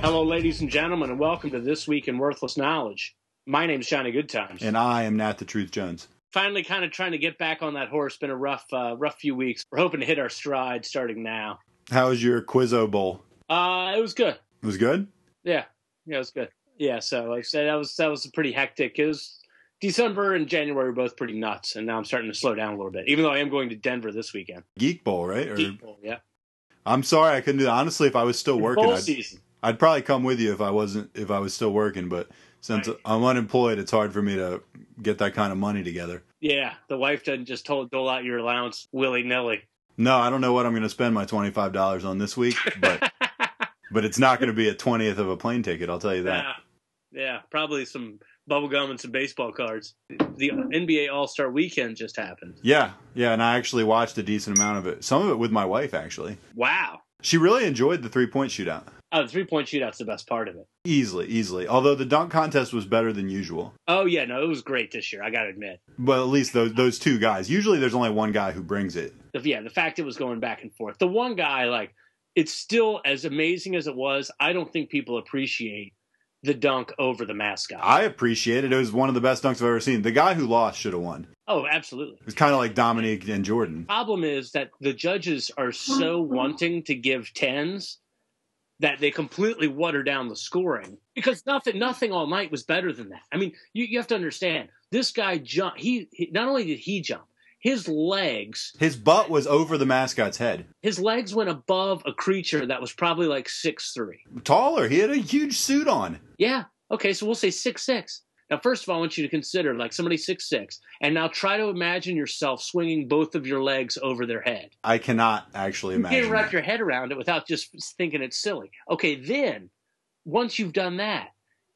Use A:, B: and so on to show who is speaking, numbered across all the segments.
A: Hello, ladies and gentlemen, and welcome to This Week in Worthless Knowledge. My name's Johnny Goodtimes.
B: And I am not the Truth Jones.
A: Finally, kind of trying to get back on that horse. Been a rough, uh, rough few weeks. We're hoping to hit our stride starting now.
B: How was your Quizzo Bowl?
A: Uh, it was good.
B: It was good?
A: Yeah, yeah, it was good. Yeah, so like I said, that was that was pretty hectic. It was December and January were both pretty nuts, and now I'm starting to slow down a little bit. Even though I am going to Denver this weekend.
B: Geek Bowl, right? Or-
A: Deep bowl, yeah.
B: I'm sorry I couldn't do that. Honestly, if I was still working,
A: Bowl
B: I'd,
A: season.
B: I'd probably come with you if I wasn't if I was still working. But since
A: Right.
B: I'm unemployed, it's hard for me to get that kind of money together.
A: Yeah, the wife doesn't just told, dole out your allowance willy nilly.
B: No, I don't know what I'm going to spend my twenty five dollars on this week, but but it's not going to be a twentieth of a plane ticket. I'll tell you that.
A: Yeah, yeah, probably some bubble gum and some baseball cards. The NBA All Star Weekend just happened.
B: Yeah, yeah, and I actually watched a decent amount of it. Some of it with my wife actually.
A: Wow,
B: She really enjoyed the three point shootout.
A: oh, the three point shootout's the best part of it.
B: Easily, easily. Although the dunk contest was better than usual.
A: Oh yeah, no, it was great this year. I gotta admit.
B: But at least those those two guys. Usually there's only one guy who brings it.
A: The- yeah, the fact it was going back and forth. The one guy, like, it's still as amazing as it was. I don't think people appreciate the dunk over the mascot.
B: I appreciate it. It was one of the best dunks I've ever seen. The guy who lost should have won.
A: oh, absolutely.
B: It was kind of like Dominique and Jordan.
A: problem is that the judges are so wanting to give tens that they completely water down the scoring because nothing nothing all night was better than that. I mean, you, you have to understand this guy jump. He, he not only did he jump, his legs
B: His butt was over the mascot's head.
A: his legs went above a creature that was probably like six three.
B: Taller. He had a huge suit on.
A: Yeah. Okay. So we'll say six six. Now, first of all, I want you to consider like somebody six six, and now try to imagine yourself swinging both of your legs over their head.
B: I cannot actually
A: you
B: imagine.
A: can't wrap
B: that.
A: your head around it without just thinking it's silly. Okay, then once you've done that,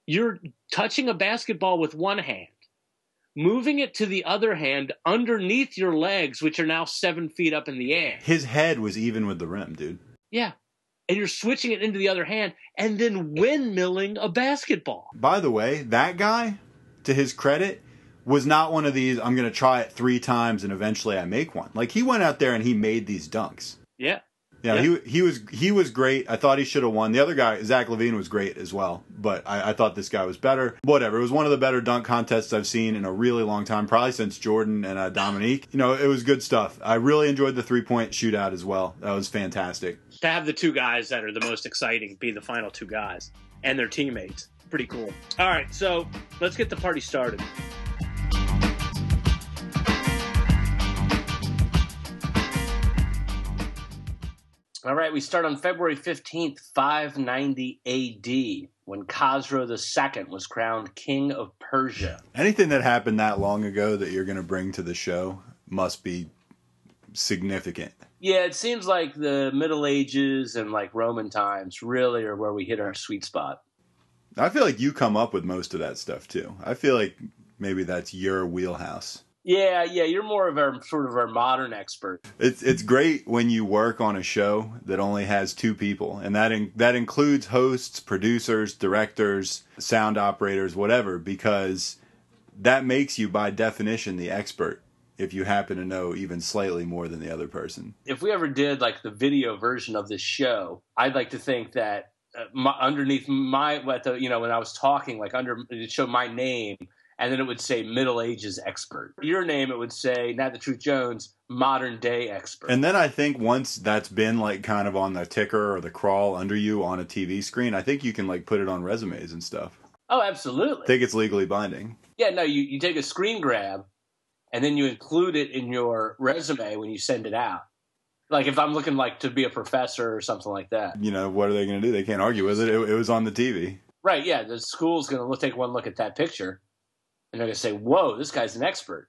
A: you're touching a basketball with one hand, moving it to the other hand underneath your legs, which are now seven feet up in the air.
B: His head was even with the rim, dude.
A: Yeah. And you're switching it into the other hand and then windmilling a basketball.
B: By the way, that guy, to his credit, was not one of these, I'm going to try it three times and eventually I make one. Like, he went out there and he made these dunks.
A: Yeah.
B: Yeah,
A: Yeah.
B: He, he was he was great. I thought he should have won. The other guy, Zach Levine, was great as well, but I, I thought this guy was better. Whatever. It was one of the better dunk contests I've seen in a really long time, probably since Jordan and uh, Dominique. You know, it was good stuff. I really enjoyed the three point shootout as well. That was fantastic.
A: To have the two guys that are the most exciting be the final two guys and their teammates. Pretty cool. All right, so let's get the party started. All right, we start on February 15th, 590 AD, when Khosrow II was crowned king of Persia.
B: Anything that happened that long ago that you're going to bring to the show must be significant.
A: Yeah, it seems like the Middle Ages and like Roman times really are where we hit our sweet spot.
B: I feel like you come up with most of that stuff too. I feel like maybe that's your wheelhouse.
A: Yeah, yeah, you're more of our sort of our modern expert.
B: It's it's great when you work on a show that only has two people, and that in, that includes hosts, producers, directors, sound operators, whatever, because that makes you by definition the expert if you happen to know even slightly more than the other person.
A: If we ever did like the video version of this show, I'd like to think that uh, my, underneath my what the, you know when I was talking like under it showed my name and then it would say Middle Ages expert. Your name it would say not the Truth Jones modern day expert.
B: And then I think once that's been like kind of on the ticker or the crawl under you on a TV screen, I think you can like put it on resumes and stuff.
A: oh,
B: I
A: absolutely.
B: think it's legally binding.
A: yeah, no, you you take a screen grab and then you include it in your resume when you send it out. Like if I'm looking like to be a professor or something like that.
B: You know, what are they going to do? They can't argue with it. It, it was on the TV.
A: Right, yeah. The school's going to look, take one look at that picture, and they're going to say, "Whoa, this guy's an expert."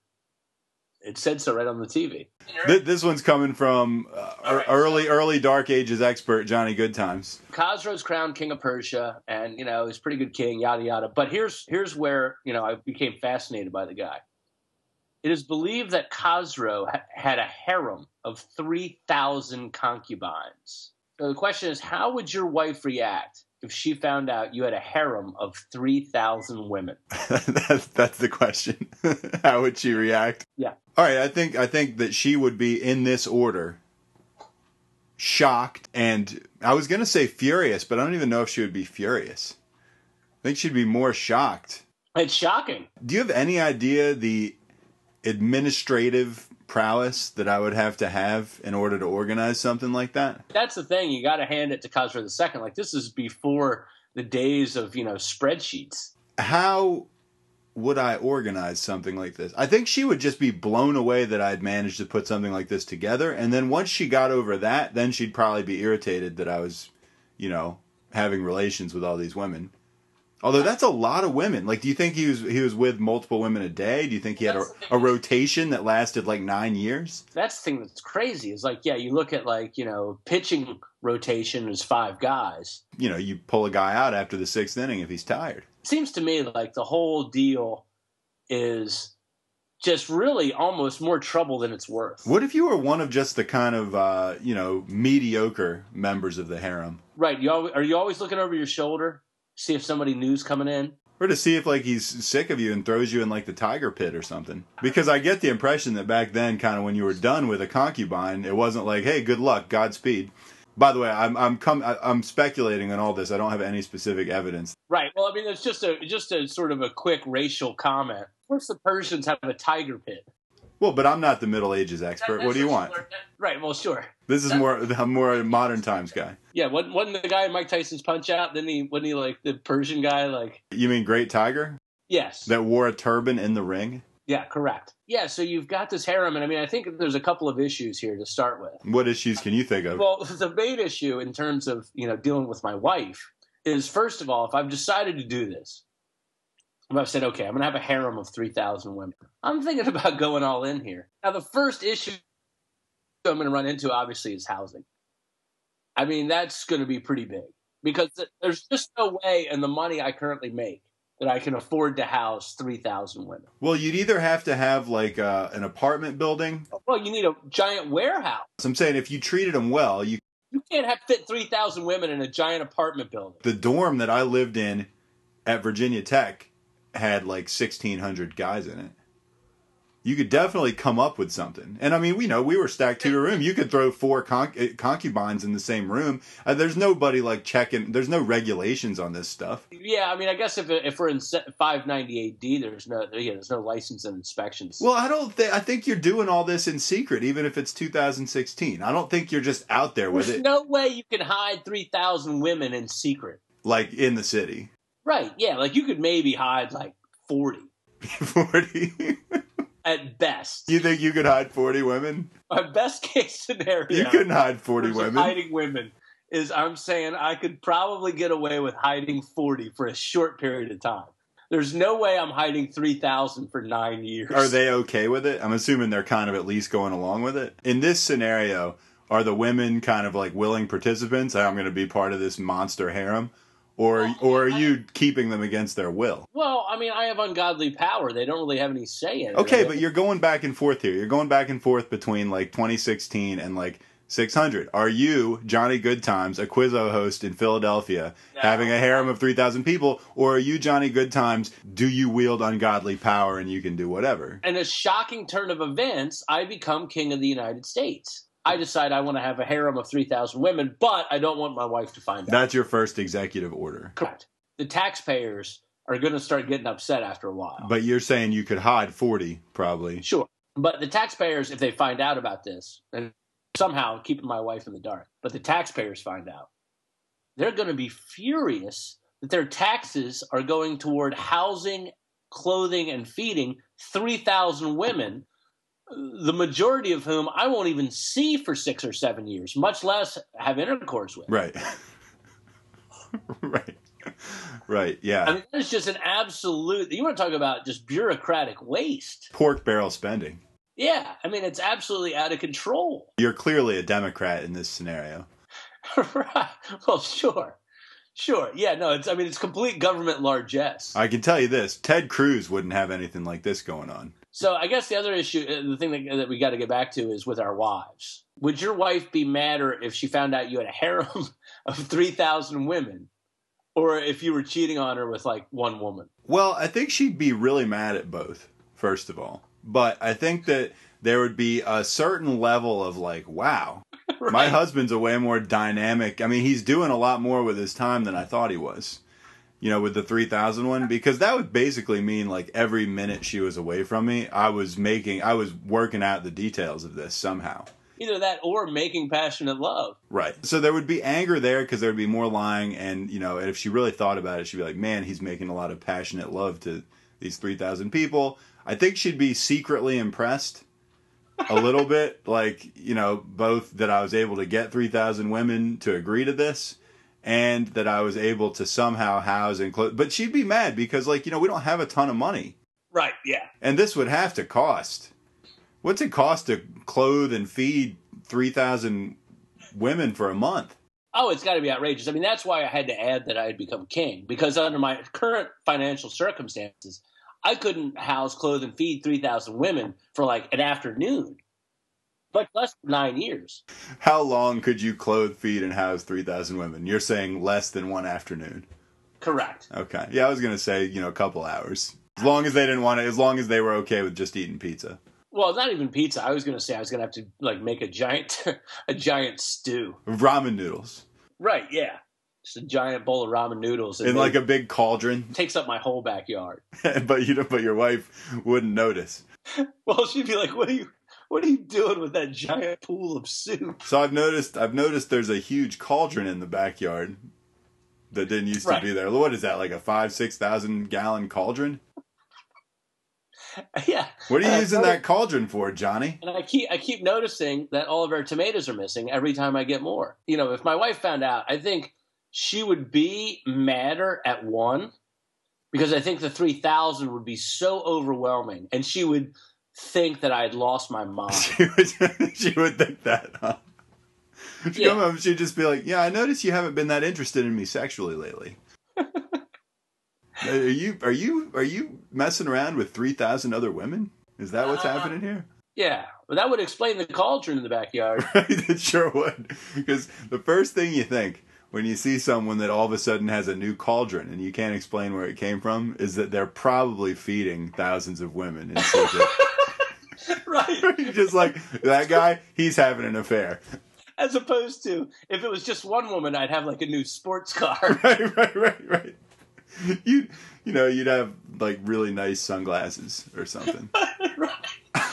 A: It said so right on the TV.
B: Th- this one's coming from uh,
A: All right.
B: early, early Dark Ages expert Johnny Goodtimes.
A: Khosrow's crowned king of Persia, and you know he's a pretty good king, yada yada. But here's here's where you know I became fascinated by the guy. It is believed that Khosrow ha- had a harem of three thousand concubines. So the question is, how would your wife react if she found out you had a harem of three thousand women?
B: that's that's the question. How would she react?
A: Yeah.
B: All right. I think I think that she would be in this order: shocked and I was going to say furious, but I don't even know if she would be furious. I think she'd be more shocked.
C: It's shocking.
B: Do you have any idea the administrative prowess that I would have to have in order to organize something like that?
C: That's the thing. You got to hand it to Khosrow II. Like this is before the days of you know spreadsheets.
B: How would I organize something like this? I think she would just be blown away that I'd managed to put something like this together. And then once she got over that, then she'd probably be irritated that I was, you know, having relations with all these women. Although that's a lot of women. Like, do you think he was he was with multiple women a day? Do you think he had a,
C: That's the
B: a
C: thing.
B: rotation that lasted like nine years?
C: That's the thing that's crazy. Is like yeah, you look at like you know pitching rotation is five guys.
B: You know, you pull a guy out after the sixth inning if he's tired.
C: seems to me like the whole deal is just really almost more trouble than it's worth.
B: What if you were one of just the kind of uh, you know mediocre members of the harem?
C: Right? You always, are you always looking over your shoulder see if somebody new's coming in?
B: Or to see if like he's sick of you and throws you in like the tiger pit or something. Because I get the impression that back then, kind of when you were done with a concubine, it wasn't like, "Hey, good luck, Godspeed." By the way, I'm I'm com- I- I'm speculating on all this. I don't have any specific evidence.
C: Right. Well, I mean, it's just a just a sort of a quick racial comment. Of course, the Persians have a tiger pit.
B: Well, but I'm not the Middle Ages expert.
C: That-
B: what do you
C: that's
B: want?
C: learned- Right. Well, sure.
B: This is more I'm more a modern times guy.
C: Yeah. Wasn't, wasn't the guy in Mike Tyson's Punch Out? Then he wasn't he like the Persian guy? Like
B: You mean Great Tiger
C: yes.
B: that wore a turban in the ring?
C: yeah. Correct. Yeah. So you've got this harem, and I mean, I think there's a couple of issues here to start with.
B: What issues can you think of?
C: Well, the main issue in terms of you know dealing with my wife is first of all, if I've decided to do this, if I've said okay, I'm going to have a harem of three thousand women, I'm thinking about going all in here. Now, the first issue I'm going to run into obviously is housing. I mean, that's going to be pretty big because th- there's just no way, in the money I currently make, that I can afford to house three thousand women.
B: Well, you'd either have to have like uh, an apartment building.
C: Well, you need a giant warehouse.
B: So I'm saying if you treated them well, you
C: You can't have fit three thousand women in a giant apartment building.
B: the dorm that I lived in at Virginia Tech had like 1600 guys in it. You could definitely come up with something. And I mean, we know we were stacked two to a room. You could throw four conc- eh, concubines in the same room. Uh, there's nobody like checking, there's no regulations on this stuff.
C: Yeah, I mean, I guess if if we're in five ninety eight D, there's no yeah, there's no license and inspections.
B: Well, I don't think, I think you're doing all this in secret, even if it's 2016. I don't think you're just out there with
C: there's
B: it,
C: no way you can hide three thousand women in secret,
B: like in the city.
C: right? Yeah, like you could maybe hide like forty
B: 40.
C: at best.
B: you think you could hide 40 women?
C: My best case scenario,
B: You couldn't hide
C: in
B: 40
C: terms of
B: women.
C: hiding women is I'm saying I could probably get away with hiding forty for a short period of time. There's no way I'm hiding three thousand for nine years.
B: Are they okay with it? I'm assuming they're kind of at least going along with it. In this scenario, are the women kind of like willing participants? I'm going to be part of this monster harem, or or are you keeping them against their will?
C: Well, I mean, I have ungodly power. They don't really have any say in it.
B: Okay,
C: They-
B: but you're going back and forth here. You're going back and forth between like 2016 and like 600. Are you Johnny Goodtimes, a Quizzo host in Philadelphia,
C: No.
B: having a harem of 3,000 people, or are you Johnny Goodtimes? Do you wield ungodly power and you can do whatever?
C: in a shocking turn of events, I become king of the United States. I decide I want to have a harem of 3,000 women, but I don't want my wife to find out.
B: That's your first executive order.
C: Correct. The taxpayers are going to start getting upset after a while.
B: But you're saying you could hide 40, probably.
C: sure. But the taxpayers, if they find out about this, and somehow keeping my wife in the dark, but the taxpayers find out, they're going to be furious that their taxes are going toward housing, clothing, and feeding 3,000 women, the majority of whom I won't even see for six or seven years, much less have intercourse with.
B: Right. right. Right. Yeah.
C: I mean, that is just an absolute. You want to talk about just bureaucratic waste?
B: Pork barrel spending.
C: Yeah, I mean, it's absolutely out of control.
B: You're clearly a Democrat in this scenario.
C: right. Well, sure. Sure. Yeah, no, it's I mean it's complete government largesse.
B: I can tell you this Ted Cruz wouldn't have anything like this going on.
C: so I guess the other issue uh, the thing that, that we got to get back to is with our wives. Would your wife be madder if she found out you had a harem of 3,000 women or if you were cheating on her with like one woman?
B: Well, I think she'd be really mad at both, first of all. But I think that there would be a certain level of like, wow,
C: Right.
B: My husband's a way more dynamic. I mean, he's doing a lot more with his time than I thought he was. You know, with the 3000 one because that would basically mean like every minute she was away from me, I was making I was working out the details of this somehow.
C: Either that or making passionate love.
B: Right. So there would be anger there because there would be more lying and, you know, and if she really thought about it, she'd be like, "Man, he's making a lot of passionate love to these 3000 people." I think she'd be secretly impressed a little bit, like, you know, both that I was able to get 3,000 women to agree to this and that I was able to somehow house and close. But she'd be mad because, like, you know, we don't have a ton of money
C: Right, yeah.
B: and this would have to cost. What's it cost to clothe and feed 3,000 women for a month?
C: Oh, it's got to be outrageous. I mean, that's why I had to add that I had become king because under my current financial circumstances, I couldn't house, clothe, and feed 3,000 women for like an afternoon, but less than nine years.
B: How long could you clothe, feed, and house 3,000 women? You're saying less than one afternoon.
C: Correct.
B: Okay. Yeah, I was going to say, you know, a couple hours. As long as they didn't want to, as long as they were okay with just eating pizza.
C: Well, not even pizza. I was going to say I was going to have to like make a giant, a giant stew.
B: Ramen noodles
C: Right, yeah. Just a giant bowl of ramen noodles.
B: in like a big cauldron,
C: takes up my whole backyard.
B: but you know, but your wife wouldn't notice.
C: Well, she'd be like, what are you, what are you doing with that giant pool of soup?
B: So I've noticed I've noticed there's a huge cauldron in the backyard that didn't used
C: Right.
B: to be there. What is that, like a five, six thousand gallon cauldron?
C: yeah.
B: What are you
C: Uh,
B: using
C: no-
B: that cauldron for, Johnny?
C: And I keep I keep noticing that all of our tomatoes are missing every time I get more. You know, if my wife found out, I think she would be madder at one because I think the three thousand would be so overwhelming, and she would think that I had lost my mind.
B: She would, she would think that, huh? She'd
C: Yeah.
B: come home, she'd just be like, Yeah, I noticed you haven't been that interested in me sexually lately. are you are you are you messing around with three thousand other women? Is that what's
C: Uh,
B: happening here?
C: yeah, well, that would explain the cauldron in the backyard.
B: it sure would. Because the first thing you think when you see someone that all of a sudden has a new cauldron and you can't explain where it came from is that they're probably feeding thousands of women in secret.
C: right,
B: Just like that guy, he's having an affair.
C: as opposed to if it was just one woman, I'd have like a new sports car.
B: right, right, right, right. You, you know, you'd have like really nice sunglasses or something.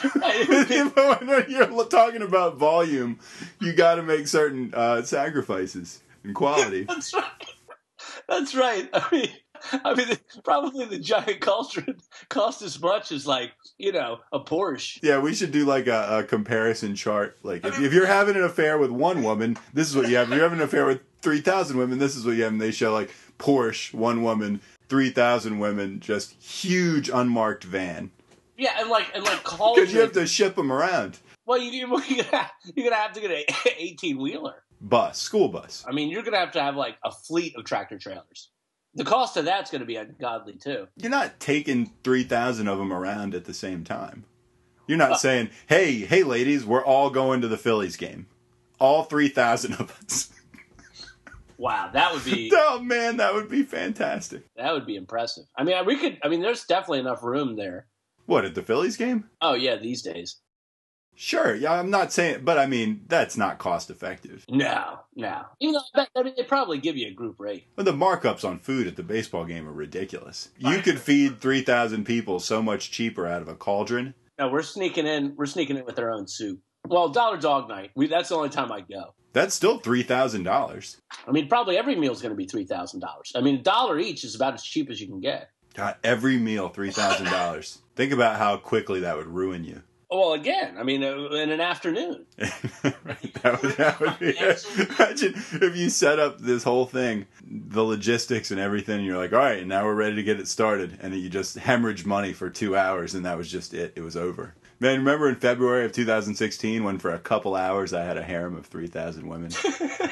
C: It would be-
B: when you're talking about volume, you got to make certain uh, sacrifices in quality.
C: That's right. That's right. I mean, I mean, probably the giant cauldron cost as much as like you know a Porsche.
B: Yeah, we should do like a, a comparison chart. Like, if, if you're having an affair with one woman, this is what you have. If you're having an affair with 3,000 women, this is what you have. And they show like Porsche, one woman, 3,000 women, just huge unmarked van.
C: Yeah, and like and like
B: Because you
C: cauldron.
B: have to ship them around.
C: well, you, you're gonna have, you're gonna have to get a eighteen wheeler.
B: Bus, school bus.
C: I mean, you're gonna have to have like a fleet of tractor trailers. The cost of that's gonna be ungodly too.
B: You're not taking 3,000 of them around at the same time. You're not saying, hey, hey, ladies, we're all going to the Phillies game. All 3,000 of us.
C: Wow, that would be
B: oh, man, that would be fantastic.
C: that would be impressive. I mean, we could. I mean, there's definitely enough room there.
B: What, at the Phillies game?
C: Oh yeah, these days.
B: Sure. Yeah, I'm not saying, but I mean, that's not cost effective.
C: No, no. Even though I bet I mean, they probably give you a group rate.
B: But the markups on food at the baseball game are ridiculous. You could feed 3,000 people so much cheaper out of a cauldron.
C: No, we're sneaking in. We're sneaking in with their own soup. Well, Dollar Dog Night. We, that's the only time I go.
B: That's still $3,000.
C: I mean, probably every meal is going to be three thousand dollars. I mean, a dollar each is about as cheap as you can get.
B: God, every meal, $3,000. Think about how quickly that would ruin you.
C: Well, again, I mean, uh, in an afternoon.
B: that would, that would be Imagine if you set up this whole thing, the logistics and everything, and you're like, all right, now we're ready to get it started. And then you just hemorrhage money for two hours, and that was just it. It was over. Man, remember in February of 2016 when for a couple hours I had a harem of 3,000 women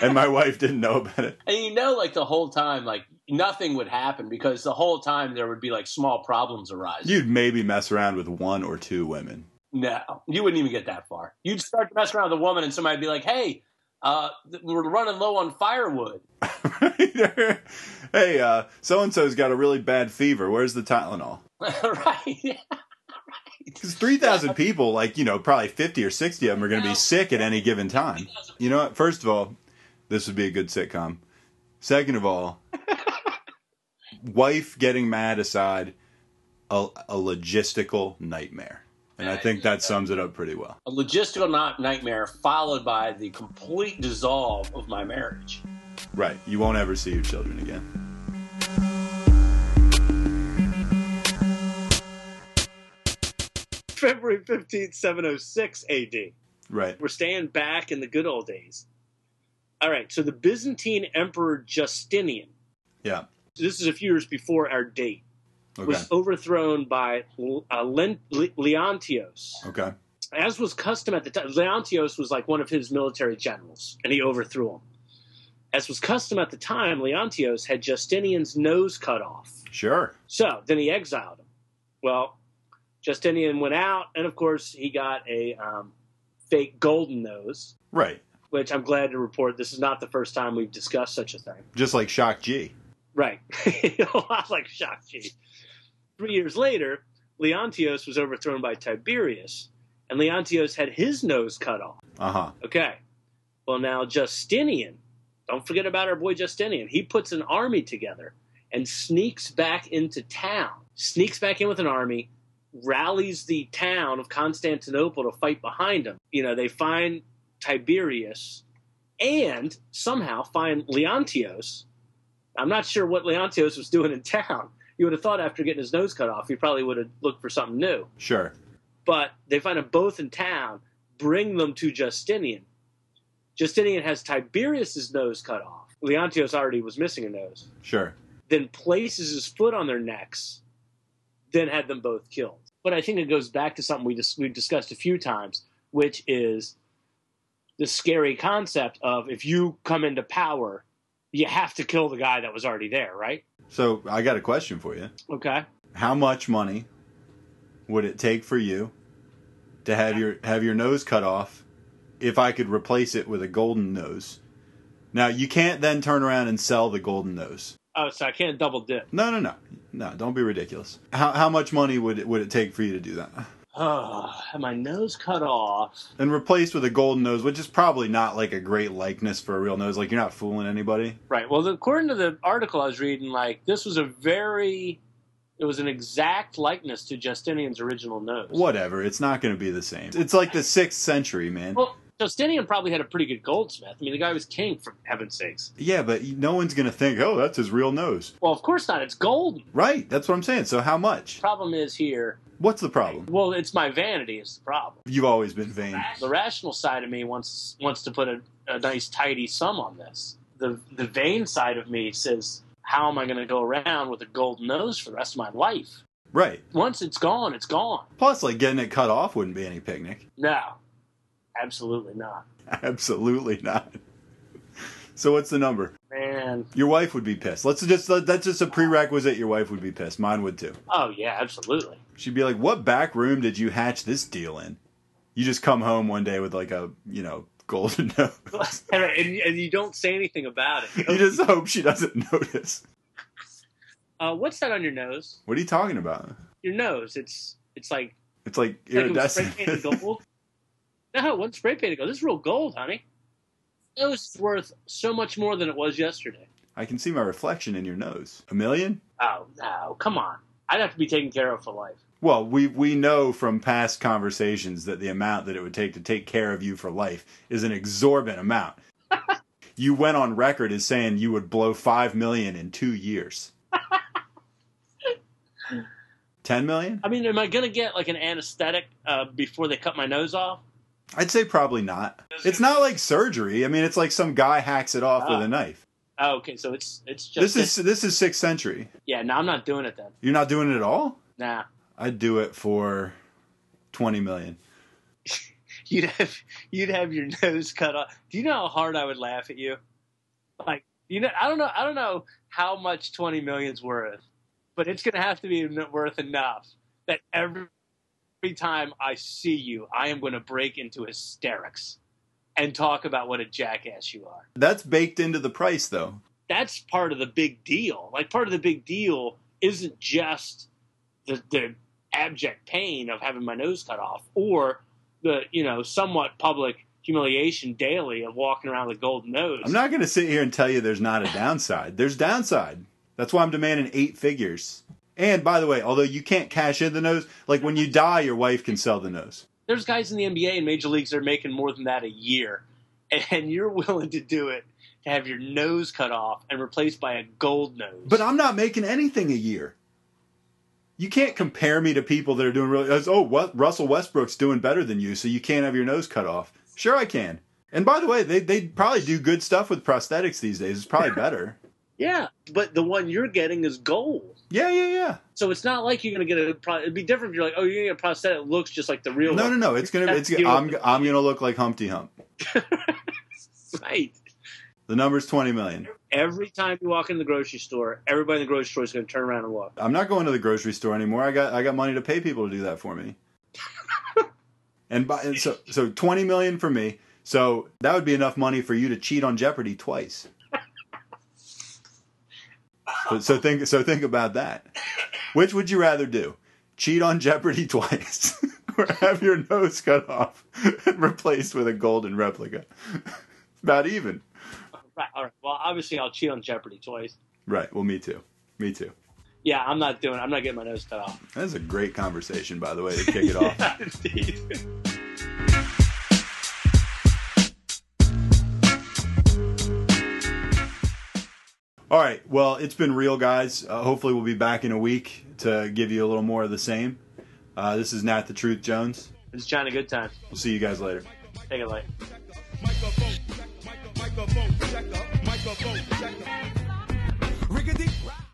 B: and my wife didn't know about it?
C: And you know, like the whole time, like nothing would happen because the whole time there would be like small problems arise.
B: You'd maybe mess around with one or two women.
C: no, you wouldn't even get that far. You'd start to mess around with a woman, and somebody'd be like, "Hey, uh, th- we're running low on firewood."
B: hey, uh, so and so's got a really bad fever. Where's the Tylenol?
C: right.
B: Because 3,000 people, like, you know, probably 50 or 60 of them are going to be sick at any given time. You know what? First of all, this would be a good sitcom. Second of all, wife getting mad aside, a, a logistical nightmare. And I think that sums it up pretty well.
C: A logistical not nightmare followed by the complete dissolve of my marriage.
B: Right. You won't ever see your children again.
A: February oh 15th, 706 AD.
B: Right.
A: We're staying back in the good old days. All right, so the Byzantine Emperor Justinian,
B: Yeah.
A: this is a few years before our date,
B: Okay.
A: was overthrown by uh, Len- Le- Leontios.
B: Okay.
A: As was custom at the time, Leontios was like one of his military generals, and he overthrew him. As was custom at the time, Leontios had Justinian's nose cut off.
B: Sure.
A: So then he exiled him. Well, Justinian went out, and of course he got a um, fake golden nose,
B: Right.
A: which I'm glad to report this is not the first time we've discussed such a thing.
B: Just like Shock G.
A: Right. a lot like Shakti. Three years later, Leontios was overthrown by Tiberius, and Leontios had his nose cut off.
B: Uh huh.
A: Okay. Well, now Justinian, don't forget about our boy Justinian. He puts an army together and sneaks back into town, sneaks back in with an army, rallies the town of Constantinople to fight behind him. You know, they find Tiberius and somehow find Leontios. I'm not sure what Leontios was doing in town. You would have thought after getting his nose cut off, he probably would have looked for something new
B: Sure.
A: but they find them both in town, bring them to Justinian. Justinian has Tiberius's nose cut off. Leontios already was missing a nose.
B: Sure.
A: Then places his foot on their necks, then had them both killed. But I think it goes back to something we dis- we've discussed a few times, which is the scary concept of if you come into power, you have to kill the guy that was already there, right?
B: So I got a question for you.
A: Okay.
B: How much money would it take for you to have your have your nose cut off if I could replace it with a golden nose? Now you can't then turn around and sell the golden nose.
A: Oh, so I can't double dip.
B: No, no, no, no. Don't be ridiculous. How how much money would it, would it take for you to do that
A: Oh, had my nose cut off.
B: and replace with a golden nose, which is probably not like a great likeness for a real nose. Like you're not fooling anybody.
A: Right. Well, according to the article I was reading, like this was a very, it was an exact likeness to Justinian's original nose.
B: Whatever. It's not going to be the same. It's like the sixth century, man.
A: Well, Justinian probably had a pretty good goldsmith. I mean, the guy was king, for heaven's sakes.
B: Yeah, but no one's going to think, oh, that's his real nose.
A: Well, of course not. It's golden.
B: Right. That's what I'm saying. So how much?
A: Problem is here.
B: What's the problem?
A: Well, it's my vanity is the problem.
B: You've always been vain.
A: The rational side of me wants wants to put a, a nice tidy sum on this. The the vain side of me says, how am I going to go around with a gold nose for the rest of my life?
B: Right.
A: Once it's gone, it's gone.
B: Plus, like getting it cut off wouldn't be any picnic.
A: No, absolutely not.
B: Absolutely not. So what's the number?
A: Man,
B: Your wife would be pissed. Let's just let- that's just a prerequisite. Your wife would be pissed. Mine would too.
A: oh yeah, absolutely.
B: She'd be like, "What back room did you hatch this deal in? You just come home one day with like a you know golden nose.
A: and, and you don't say anything about it.
B: you just hope she doesn't notice.
A: Uh, what's that on your nose?
B: What are you talking about?
A: Your nose. It's it's like
B: It's like
A: like it was spray
B: iridescent.
A: painted gold. no, it wasn't spray painted gold. This is real gold, honey. Nose is worth so much more than it was yesterday.
B: I can see my reflection in your nose. A million?
A: Oh no, come on. I'd have to be taken care of for life.
B: Well, we we know from past conversations that the amount that it would take to take care of you for life is an exorbitant amount. you went on record as saying you would blow five million in two years. Ten million?
A: I mean, am I gonna get like an anesthetic uh, before they cut my nose off?
B: I'd say probably not. It's not like surgery. I mean, it's like some guy hacks it off with a knife.
A: Oh, okay, so it's it's just
B: This is this is sixth century.
A: yeah. No, I'm not doing it then.
B: You're not doing it at all.
A: Nah.
B: I'd do it for twenty million.
A: you'd have you'd have your nose cut off. Do you know how hard I would laugh at you? Like you know, I don't know, I don't know how much twenty million's worth, but it's gonna have to be en- worth enough that every every time I see you, I am gonna break into hysterics and talk about what a jackass you are.
B: That's baked into the price, though.
A: That's part of the big deal. Like part of the big deal isn't just the the abject pain of having my nose cut off, or the you know somewhat public humiliation daily of walking around with a golden nose.
B: I'm not going to sit here and tell you there's not a downside. There's downside. That's why I'm demanding eight figures. And by the way, although you can't cash in the nose, like when you die, your wife can sell the nose.
A: There's guys in the NBA and major leagues that are making more than that a year, and you're willing to do it to have your nose cut off and replaced by a gold nose.
B: But I'm not making anything a year. You can't compare me to people that are doing really. as, Oh, what Russell Westbrook's doing better than you, so you can't have your nose cut off. Sure, I can. And by the way, they they probably do good stuff with prosthetics these days. It's probably better.
A: yeah, but the one you're getting is gold.
B: yeah, yeah, yeah.
A: So it's not like you're going to get a. pro- It'd be different if you're like, oh, you're going to get a prosthetic that looks just like the real
B: No,
A: one.
B: no, no. It's gonna. It's.
A: You know-
B: I'm. I'm gonna look like Humpty Hump.
A: Right.
B: The number's twenty million.
A: Every time you walk in the grocery store, everybody in the grocery store is going to turn around and walk.
B: I'm not going to the grocery store anymore. I got. I got money to pay people to do that for me. and by, and so so twenty million for me. So that would be enough money for you to cheat on Jeopardy twice. So, so think. So think about that. Which would you rather do? Cheat on Jeopardy twice, or have your nose cut off and replaced with a golden replica? About even.
A: Right. All right. Well, obviously, I'll cheat on Jeopardy twice.
B: Right. Well, me too. Me too.
A: Yeah, I'm not doing. I'm not getting my nose cut off.
B: That's a great conversation, by the way, to kick it off.
A: Indeed.
B: All right. Well, it's been real, guys. Uh, hopefully, we'll be back in a week to give you a little more of the same. Uh, this is Nat the Truth Jones.
A: It's China Good Time.
B: We'll see you guys later.
A: Take it light.
D: Microphone, check, microphone, check, microphone, check. Rickety.